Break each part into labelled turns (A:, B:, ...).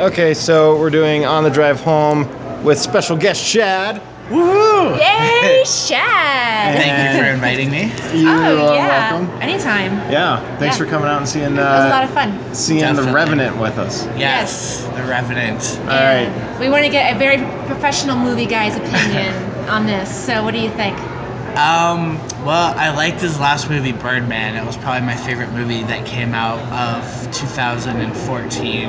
A: Okay, so we're doing On the Drive Home with special guest Shad. Woohoo!
B: Yay, Shad!
C: Thank you for inviting me.
A: You
B: oh
A: are
B: yeah,
A: welcome.
B: anytime.
A: Yeah, thanks
B: Yeah.
A: for coming out and seeing
B: It was a lot
A: uh,
B: of fun.
A: seeing
C: Definitely.
A: the Revenant with us.
C: Yes, The Revenant.
A: All right.
B: And We want to get a very professional movie guy's opinion on this. So, what do you think?
C: Um, well, I liked his last movie, Birdman. It was probably my favorite movie that came out of 2014.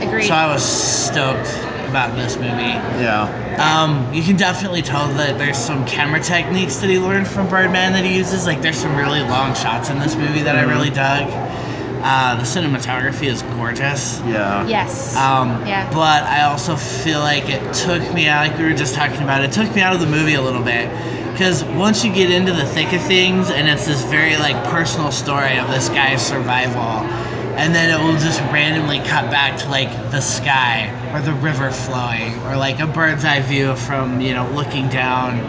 B: Agreed.
C: So I was stoked about this movie.
A: Yeah.
C: Um, you can definitely tell that there's some camera techniques that he learned from Birdman that he uses. Like, there's some really long shots in this movie that I really dug. Uh, the cinematography is gorgeous.
A: Yeah.
B: yes.
C: Um,
B: Yeah.
C: But I also feel like it took me out, like we were just talking about, it took me out of the movie a little bit. Because once you get into the thick of things, and it's this very like personal story of this guy's survival, and then it will just randomly cut back to like the sky or the river flowing or like a bird's eye view from you know looking down.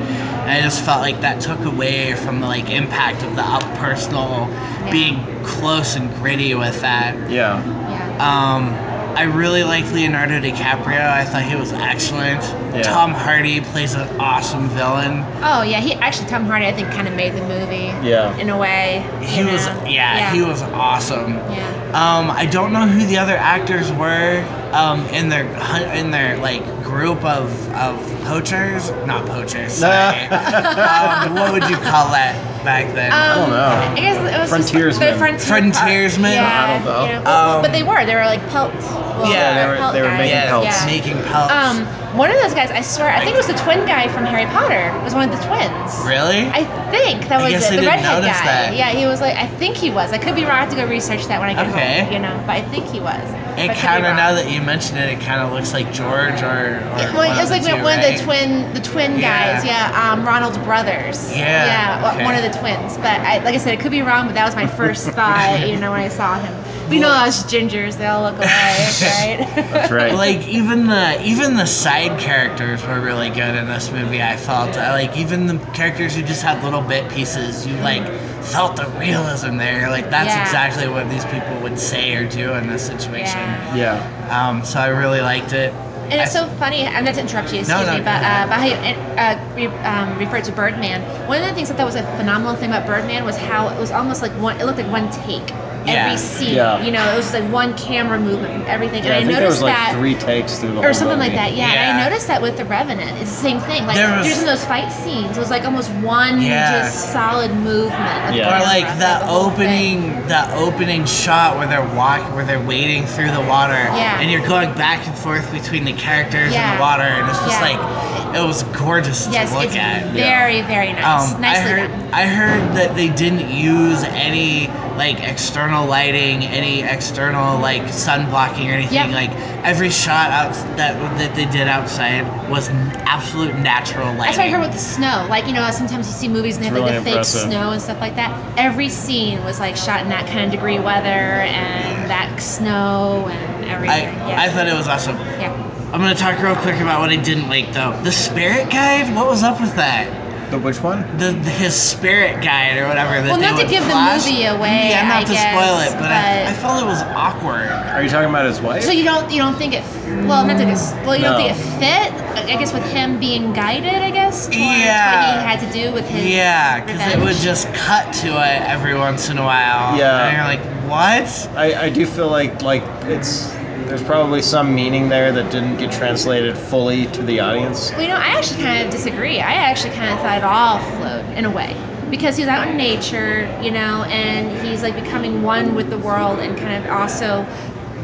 C: And I just felt like that took away from the like impact of the up personal,
B: Yeah.
C: being close and gritty with that.
A: Yeah.
B: yeah.
C: Um, I really liked Leonardo DiCaprio. I thought he was excellent.
A: Yeah.
C: Tom Hardy plays an awesome villain.
B: Oh yeah, he actually Tom Hardy I think kind of made the movie.
A: Yeah.
B: In a way.
C: He
B: you
C: was
B: know?
C: yeah, he was awesome.
B: Yeah.
C: Um, I don't know who the other actors were um, in their hun- in their like group of, of poachers, not poachers. Sorry. um, what would you call that back then?
A: don't
B: Um,
A: know.
B: I guess it was
A: Frontiersmen.
B: Just the frontier
C: Frontiersmen?
B: Yeah,
A: I don't know.
B: you well,
C: Um,
B: but they were. They were like pelts. Well,
C: Yeah, they
A: were-
B: pelt
A: they were
B: guys.
A: making
C: yeah,
A: pelts.
B: Yeah.
C: making pelts.
B: Um, one of those guys, I swear, I think it was the twin guy from Harry Potter. Was one of the twins.
C: really?
B: I think that
C: I
B: was
C: guess
B: it.
C: I
B: the
C: didn't
B: redhead
C: notice
B: guy.
C: that.
B: Yeah, he was like, I think he was. I could be wrong. I have to go research that when I get
C: Okay.
B: home. You know, but I think he was. But I
C: it
B: could be
C: kind of
B: wrong.
C: now that you mention it, it kind of looks like George or, or
B: Yeah,
C: one
B: well, it was
C: of
B: like
C: the two,
B: one of
C: right?
B: the twin, the twin
C: Yeah.
B: guys. Yeah, um, Ronald's brothers.
C: Yeah,
B: yeah, well,
C: okay.
B: one of the twins. But I, like I said, it could be wrong. But that was my first thought. You know, when I saw him. We know us gingers; they all look alike, right?
A: That's right.
C: like even the even the side characters were really good in this movie. I felt I, like even the characters who just had little bit pieces, you like felt the realism there. Like that's
B: Yeah.
C: exactly what these people would say or do in this situation.
B: Yeah.
A: yeah.
C: Um, so I really liked it.
B: And it's
C: I-
B: so funny. I'm not to interrupt you, excuse
C: No, no,
B: me, but
C: go
B: uh,
C: ahead.
B: about how you uh, re- um, referred to Birdman. One of the things I thought was a phenomenal thing about Birdman was how it was almost like one. It looked like one take.
C: Yeah.
B: Every scene,
A: Yeah.
B: you know, it was just like one camera movement from everything.
A: Yeah, I,
B: and
A: think
B: I
A: there was
B: noticed
A: like
B: that.
A: three takes through the whole
B: or something like
A: movie.
B: that. Yeah, and I
C: Yeah.
B: noticed that with the Revenant. It's the same thing. Like
C: There was-
B: there's in those fight scenes, it was like almost one
C: Yeah.
B: just solid movement. of
A: Yeah.
C: Or
B: camera
C: like
B: throughout
C: the
B: whole thing.
C: opening, the opening shot where they're walk, where they're wading through the water,
B: Yeah.
C: and you're going back and forth between the characters
B: Yeah.
C: and the water, and it's just
B: Yeah.
C: like it was gorgeous
B: Yes,
C: to look
B: it's
C: at.
B: very very nice.
C: Um, I
B: Nicely
C: heard
B: done.
C: I heard that they didn't use any like external lighting, any external like sun blocking or anything.
B: Yeah.
C: Like every shot out that that they did outside was n- absolute natural lighting.
B: That's what I heard with the snow. Like you know, sometimes you see movies and they
A: It's
B: have like
A: really
B: the fake
A: impressive.
B: snow and stuff like that. Every scene was like shot in that kind of degree weather and that snow and
C: I,
B: everything.
C: I
B: yeah.
C: thought it was awesome.
B: yeah.
C: I'm gonna talk real quick about what I didn't like though. The spirit guide, what was up with that?
A: The which one?
C: The, his spirit guide or whatever. That
B: Well,
C: they
B: not to
C: would
B: give the
C: flash.
B: movie away,
C: Yeah, not
B: I
C: to
B: guess,
C: spoil it, but, I,
B: but-
C: I felt it was awkward.
A: Are you talking about his wife?
B: So you don't you don't think it? Well, not that it's well you
A: No.
B: don't think it fit. I guess with him being guided, I guess. towards
C: Yeah.
B: What he had to do with his.
C: Yeah, because it would just cut to it every once in a while.
A: Yeah.
C: And you're like, what?
A: I, I do feel like like it's there's probably some meaning there that didn't get translated fully to the audience.
B: Well, you know, I actually kind of disagree. I actually kind of thought it all flowed in a way because he's out in nature, you know, and he's like becoming one with the world and kind of also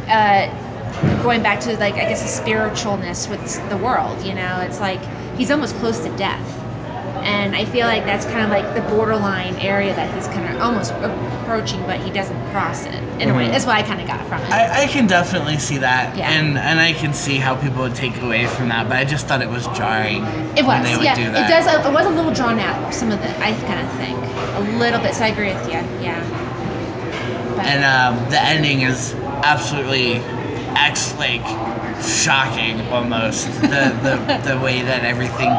B: uh, going back to like I guess a spiritualness with the world. You know, it's like he's almost close to death, and I feel like that's kind of like the borderline area that he's kind of almost approaching, but he doesn't cross it in a way. That's what I kind of got from it.
C: I, I can definitely see that.
B: Yeah.
C: And and I can see how people would take away from that, but I just thought it was jarring.
B: It
C: when
B: was,
C: they would
B: yeah.
C: do that.
B: It does. It was a little drawn out. Some of it, I kind of think, a little bit. So I agree with you. Yeah. But,
C: And um, the ending is absolutely ex like shocking almost. the, the the way that everything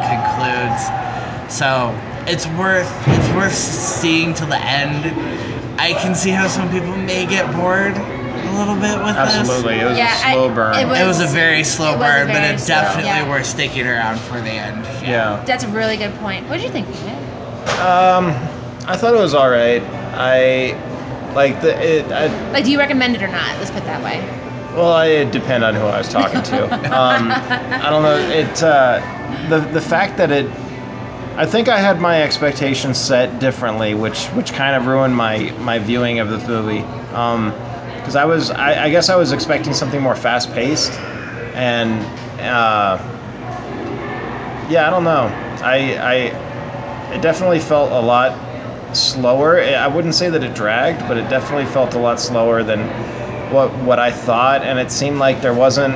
C: concludes. So it's worth it's worth seeing till the end. I can see how some people may get bored a a little bit with
A: Absolutely, it was
B: Yeah,
A: a
B: I-
A: slow burn.
B: it was-
C: this. It was a very slow
B: It was a
C: burn, but
B: very
C: it
B: slow-
C: definitely
B: yeah.
C: we're sticking around for the end.
A: yeah.
B: That's a really good point. What do you think? Matt?
A: Um, I thought it was all right. I like the it. I,
B: Like, do you recommend it or not? Let's put it that way.
A: Well, I- it'd depend on who I was talking to. Um, I don't know. It uh, the the fact that it, I think I had my expectations set differently, which which kind of ruined my my viewing of this movie. Because I was, I, I guess I was expecting something more fast paced, and uh, yeah, I don't know. I I it definitely felt a lot slower. I I wouldn't say that it dragged, but it definitely felt a lot slower than what what I thought, and it seemed like there wasn't.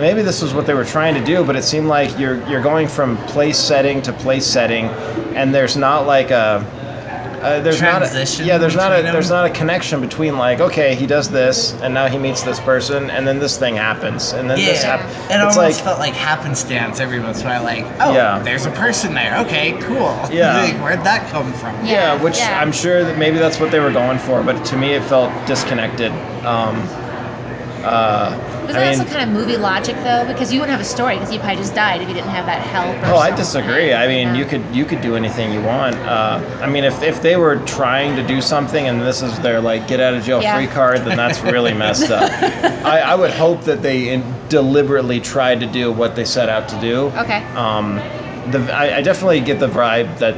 A: Maybe this was what they were trying to do, but it seemed like you're you're going from place setting to place setting, and there's not like a uh, there's
C: Transition
A: not a, yeah there's not a
C: between them?
A: there's not a connection between like okay he does this and now he meets this person and then this thing happens and then
C: Yeah,
A: this happens.
C: it
A: it's
C: almost
A: like
C: felt like happenstance every once in a while. Like, oh,
A: Yeah.
C: there's a person there. Okay, cool.
A: Yeah.
C: Like, where'd that come from?
A: Yeah,
B: Yeah,
A: which
B: yeah.
A: I'm sure that maybe that's what they were going for, but to me it felt disconnected. Um, uh,
B: Was
A: I
B: that
A: mean,
B: also kind of movie logic though? Because you wouldn't have a story because you probably just died if you didn't have that help. Or
A: oh, I
B: something.
A: disagree. I mean, you could you could do anything you want. Uh, I mean, if, if they were trying to do something and this is their like get out of jail
B: Yeah.
A: free card, then that's really messed up. I, I would hope that they in, deliberately tried to do what they set out to do.
B: Okay.
A: Um, the, I, I definitely get the vibe that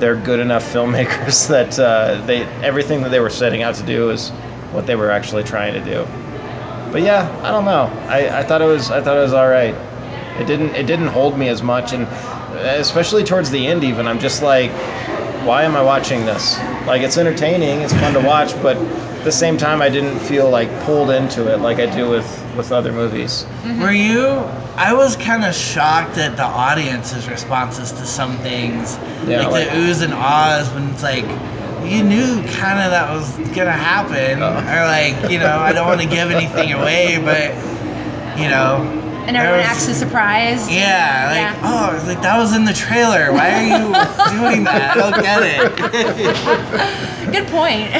A: they're good enough filmmakers that uh, they everything that they were setting out to do is what they were actually trying to do. But yeah, I don't know. I, I thought it was I thought it was all right. It didn't it didn't hold me as much, and especially towards the end, even I'm just like, why am I watching this? Like it's entertaining, it's fun to watch, but at the same time, I didn't feel like pulled into it like I do with with other movies.
C: Were you? I was kind of shocked at the audience's responses to some things,
A: Yeah, like-
C: like, the oohs and ahs when it's like. You knew kind of that was gonna happen,
A: Oh.
C: or like you know, I don't want to give anything away, but you know,
B: And
C: there
B: everyone
C: was-
B: acts so surprised.
C: Yeah, like
B: Yeah.
C: oh, it's like that was in the trailer. Why are you doing that? I don't get it.
B: Good point.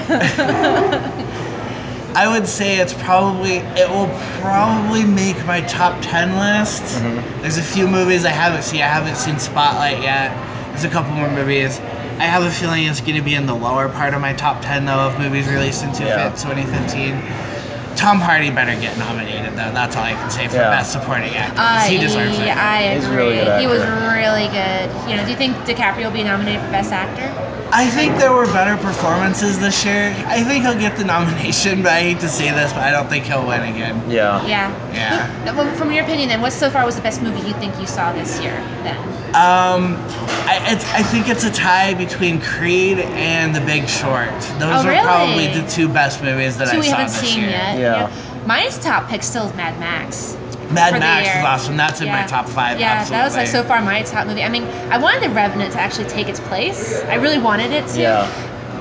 C: I would say it's probably it will probably make my top ten list.
A: Mm-hmm.
C: There's a few movies I haven't seen. I haven't seen Spotlight yet. There's a couple more movies. I have a feeling it's going to be in the lower part of my top ten though of movies released in two-
A: Yeah.
C: 2015. Tom Hardy better get nominated though. That's all I can say for
A: Yeah.
C: best supporting actor. 'cause
B: I,
C: he deserves it.
B: I agree.
A: He's a really good
B: He was
A: actor.
B: really good. You know, do you think DiCaprio will be nominated for Best Actor?
C: I think there were better performances this year. I think he'll get the nomination, but I hate to say this, but I don't think he'll win again.
A: Yeah.
B: Yeah.
C: Yeah.
B: Who- well, From your opinion, then, what so far was the best movie you think you saw this year? Then.
C: Um, I, it's, I think it's a tie between Creed and The Big Short. Those
B: Oh,
C: are probably
B: really?
C: the two best movies that
B: Two
C: I
B: we
C: saw
B: haven't
C: this
B: seen
C: year.
B: yet.
A: Yeah.
B: Mine's top pick still is Mad Max.
C: Mad
B: for the
C: Max
B: year.
C: is awesome. That's in
B: Yeah.
C: my top five.
B: Yeah, that was like so
C: absolutely.
B: far my top movie. I mean, I wanted The Revenant to actually take its place. I really wanted it to.
A: Yeah.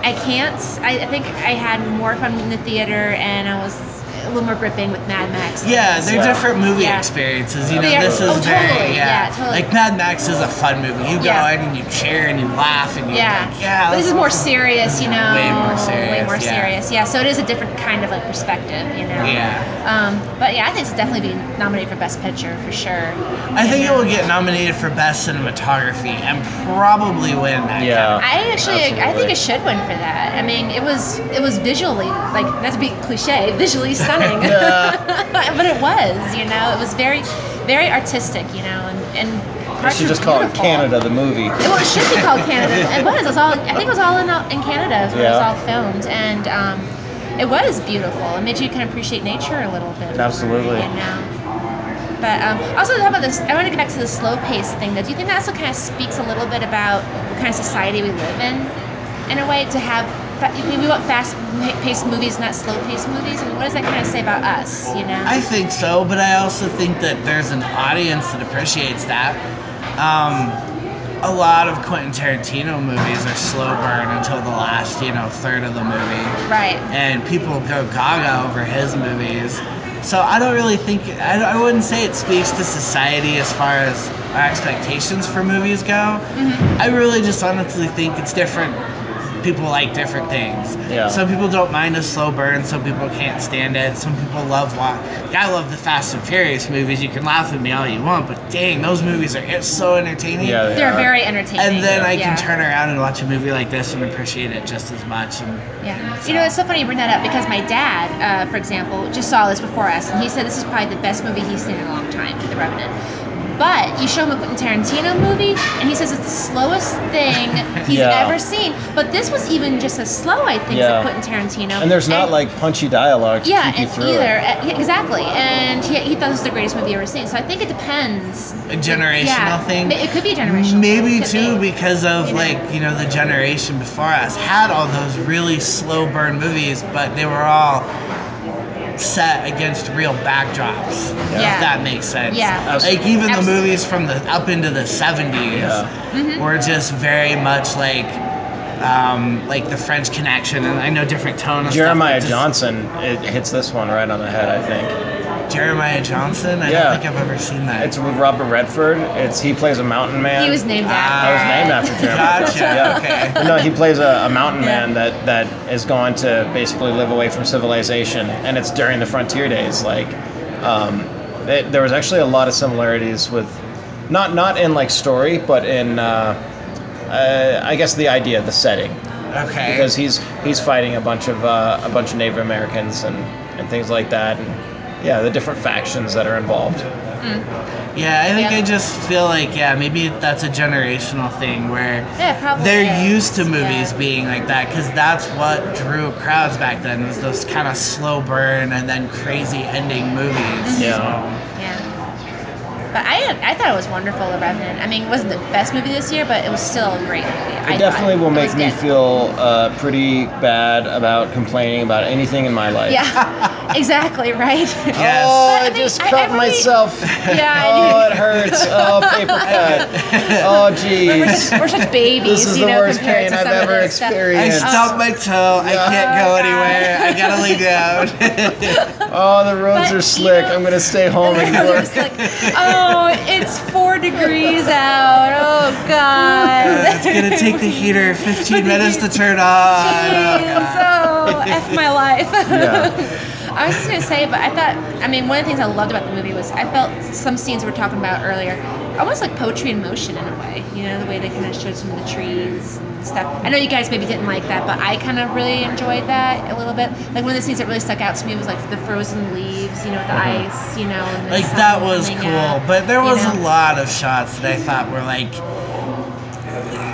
B: I can't. I, I think I had more fun in the theater, and I was a little more gripping with Mad Max.
C: Yeah, they're
A: Yeah.
C: different movie
B: Yeah.
C: experiences. You know,
B: They are-
C: this is
B: oh,
C: very
B: totally.
C: yeah.
B: Yeah, totally.
C: Like Mad Max is a fun movie. You go
B: Yeah.
C: in and you cheer and you laugh and you
B: Yeah.
C: like, yeah.
B: But this
C: let's
B: is more
C: watch
B: serious, you know.
C: Way more
B: Way
C: serious,
B: more
C: yeah.
B: serious. Yeah. So it is a different kind of like perspective, you know.
C: Yeah.
B: Um, but yeah, I think it's definitely be nominated for Best Picture for sure.
C: I think it
B: And,
C: will get nominated for best cinematography and probably win that.
A: Yeah.
B: I actually, I think
A: Absolutely.
B: it should win for that. I mean, it was it was visually like not to be cliche, visually stunning.
A: Yeah.
B: but it was, you know, it was very, very artistic, you know, and and
A: I
B: parts
A: should
B: were
A: just call it
B: beautiful.
A: Canada the movie.
B: Well, it should be called Canada. It was. It was all. I think it was all in uh, in Canada. Is where It was
A: Yeah.
B: all filmed, and um, it was beautiful. It made you kind of appreciate nature a little bit. more,
A: Absolutely.
B: You know. But um, also, how about this? I want to get back to the slow pace thing. Though, do you think that also kind of speaks a little bit about what kind of society we live in, in a way to have? fa- I mean, we want fast-paced movies, not slow-paced movies. And what does that kind of say about us? You know.
C: I think so, but I also think that there's an audience that appreciates that. Um, a lot of Quentin Tarantino movies are slow burn until the last, you know, third of the movie.
B: right.
C: And people go gaga over his movies. So I don't really think, I, I wouldn't say it speaks to society as far as
B: Mm-hmm.
C: our expectations for movies go. I really just honestly think it's different people like different things.
A: Yeah.
C: Some people don't mind a slow burn. Some people can't stand it. Some people love wa Like, I love the Fast and Furious movies. You can laugh at me all you want, but dang, those movies are it's so entertaining.
A: Yeah, they
B: They're
A: are.
B: very entertaining.
C: And then I
B: Yeah.
C: can turn around and watch a movie like this and appreciate it just as much. And
B: Yeah. You know, it's so funny you bring that up because my dad, uh, for example, just saw this before us, and he said this is probably the best movie he's seen in a long time, The Revenant. But you show him a Quentin Tarantino movie, and he says it's the slowest thing he's
A: Yeah.
B: ever seen. But this was even just as slow, I think,
A: Yeah.
B: as a Quentin Tarantino.
A: And there's not like punchy dialogue to
B: yeah,
A: keep you
B: and
A: through
B: either
A: it.
B: uh, yeah, exactly, and he, he thought this was the greatest movie he ever seen. So I think it depends.
C: a generational
B: yeah.
C: thing.
B: Ma- It could be a generational.
C: Maybe
B: thing. It could
C: too
B: be.
C: because of
B: You know.
C: like you know the generation before us had all those really slow burn movies, but they were all set against real backdrops.
B: Yeah.
C: If that makes sense.
B: Yeah.
C: Like even the
B: Absolutely. Mm-hmm.
C: movies from the up into the seventies
A: Yeah.
C: were just very much like um, like the French Connection, and I know different tone. and stuff,
A: Jeremiah
C: but just-
A: Johnson it hits this one right on the head, I think.
C: Jeremiah Johnson. I
A: Yeah.
C: don't think I've ever seen that.
A: It's with Robert Redford. It's he plays a mountain man.
B: He was named
C: Ah,
B: after.
A: I was named after
B: it.
A: Jeremiah.
C: Gotcha,
A: Johnson, yeah.
C: okay.
A: But no, he plays a, a mountain
B: Yeah.
A: man that that is gone to basically live away from civilization, and it's during the frontier days. Like, um, it, there was actually a lot of similarities with, not not in like story, but in. Uh, uh, I guess the idea, the setting,
C: okay.
A: because he's he's fighting a bunch of uh, a bunch of Native Americans and, and things like that, and yeah, the different factions that are involved.
C: Yeah, I think
B: Yeah.
C: I just feel like yeah, maybe that's a generational thing where
B: Yeah, probably.
C: they're
B: is.
C: used to movies
B: Yeah.
C: being like that because that's what drew crowds back then was those kind of slow burn and then crazy ending movies.
A: Yeah.
B: Yeah. But I, I thought it was wonderful, The Revenant. I mean, it wasn't the best movie this year, but it was still a great movie. I
A: It definitely will
B: thought.
A: make
B: It was
A: me
B: good.
A: feel uh, pretty bad about complaining about anything in my life.
B: Yeah, exactly, right?
A: Oh,
C: Yes.
B: But,
A: I,
B: I mean,
A: just
B: I-
A: cut
B: every-
A: myself.
B: yeah,
A: Oh,
B: I
A: it hurts. Oh, paper cut. Oh,
B: do. We're,
A: jeez.
B: just, we're such babies,
A: This is
B: you
A: the
B: know,
A: worst pain
B: compared to
A: I've
B: some of
A: ever
B: this stuff.
C: I
A: experienced.
C: stubbed my toe. I
A: Yeah.
C: can't go
B: uh, Oh, God.
C: anywhere. I gotta lay down.
A: Oh, the roads
B: But,
A: are
B: you
A: slick.
B: know-
A: I'm gonna stay home and
B: And they're
A: work.
B: just like, oh, it's four degrees out. Oh, God.
C: it's gonna take the heater 15 minutes to turn on. Oh, God.
B: Jeez, oh, F my life.
A: Yeah.
B: I was just gonna say, but I thought, I mean, one of the things I loved about the movie was I felt some scenes we were talking about earlier, almost like poetry in motion in a way. You know, the way they kind of showed some of the trees and stuff. I know you guys maybe didn't like that, but I kind of really enjoyed that a little bit. Like one of the scenes that really stuck out to me was like the frozen leaves, you know, with the ice, you know, and the
C: Mm-hmm. like
B: sun
C: that was
B: coming
C: cool
B: up,
C: but there
B: uh, you
C: was
B: know?
C: a lot of shots that i thought were like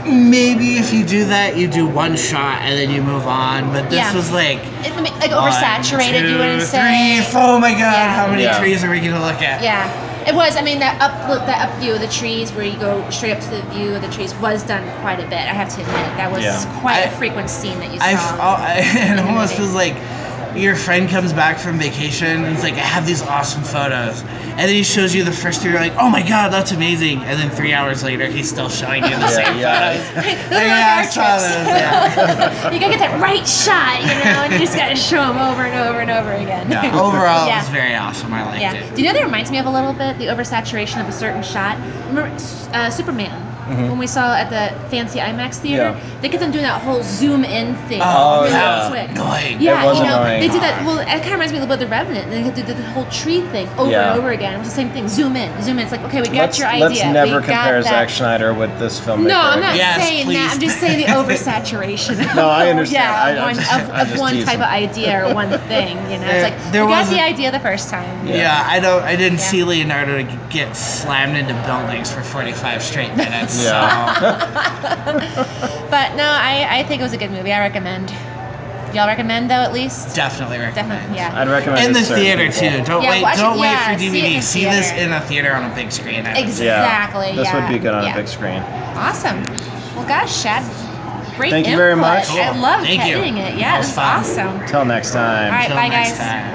C: maybe if you do that you do one shot and then you move on but this
B: Yeah.
C: was like
B: It- like oversaturated,
C: one,
B: you wouldn't
C: two,
B: say.
C: three, four- oh my god
B: Yeah.
C: how many
A: Yeah.
C: trees are we gonna look at
B: Yeah, it was. I mean, that up that up view of the trees, where you go straight up to the view of the trees, was done quite a bit. I have to admit, that was
A: Yeah.
B: quite a
C: I-
B: frequent scene that you saw.
C: I, f- all- I- it
B: in the
C: almost
B: movie.
C: feels like your friend comes back from vacation and it's like, I have these awesome photos. And then he shows you the first three, you're like, oh my god, that's amazing. And then three hours later, he's still showing you the same
A: yeah.
C: photos.
B: Those
C: Like,
B: are like
C: yeah,
B: our
C: I saw
B: trips.
C: those, yeah.
B: you gotta get that right shot, you know, and you just gotta show them over and over and over again.
C: Yeah, overall,
B: Yeah.
C: it was very awesome. I liked
B: Yeah.
C: it.
B: Do you know what that reminds me of a little bit? The oversaturation of a certain shot. Remember uh, Superman, when we saw at the fancy IMAX theater,
A: Mm-hmm. Yeah.
B: they kept them doing that whole zoom in thing
C: Oh,
B: really
A: yeah.
B: quick.
C: Annoying.
B: Yeah,
A: It was
B: you know,
A: annoying.
B: they did that. Well, it kind of reminds me a little bit of The Revenant. They did the whole tree thing over
A: Yeah.
B: and over again. It was the same thing. Zoom in, zoom in. It's like, okay, we got
A: Let's,
B: your idea.
A: let's never
B: we got
A: compare
B: that.
A: Zack Schneider with this filmmaker.
B: No, I'm not
A: again.
C: Yes,
B: saying that. I'm
C: please.
B: just saying the oversaturation.
A: No, I understand.
B: yeah,
A: I-
B: of
A: I'm
B: one,
A: just-
B: of,
A: I'm
B: of
A: just
B: one type
A: teasing.
B: of idea or one thing. You know,
C: There-
B: it's like
C: there
B: we got
C: was
B: the
C: a-
B: idea the first time.
A: Yeah.
C: Yeah. I don't. I didn't
B: Yeah.
C: see Leonardo get slammed into buildings for 45 straight minutes.
A: Yeah.
C: So.
B: But no, I, I think it was a good movie. I recommend. Do y'all recommend though? At least
C: Definitely recommend.
B: definitely, yeah.
A: I'd recommend
C: In
A: it
C: the
A: to certain
C: theater
A: people.
C: too. Don't
B: Yeah,
C: wait.
B: watch it-
C: Don't
B: yeah,
C: wait for
B: see it in
C: DVD. See, this
B: theater.
C: in a theater on a big screen. I would say.
B: Exactly.
A: This
B: yeah.
A: would be good on
B: yeah.
A: a big screen.
B: Awesome. Well, gosh, Shad, great
A: Thank you
B: input.
A: very much.
B: I
C: Cool.
B: love
C: Thank you.
B: editing it. Yeah,
C: That was
B: this is
C: fun.
B: awesome.
A: Till next time.
B: All right,
C: Till
B: bye,
C: next
B: guys.
C: time.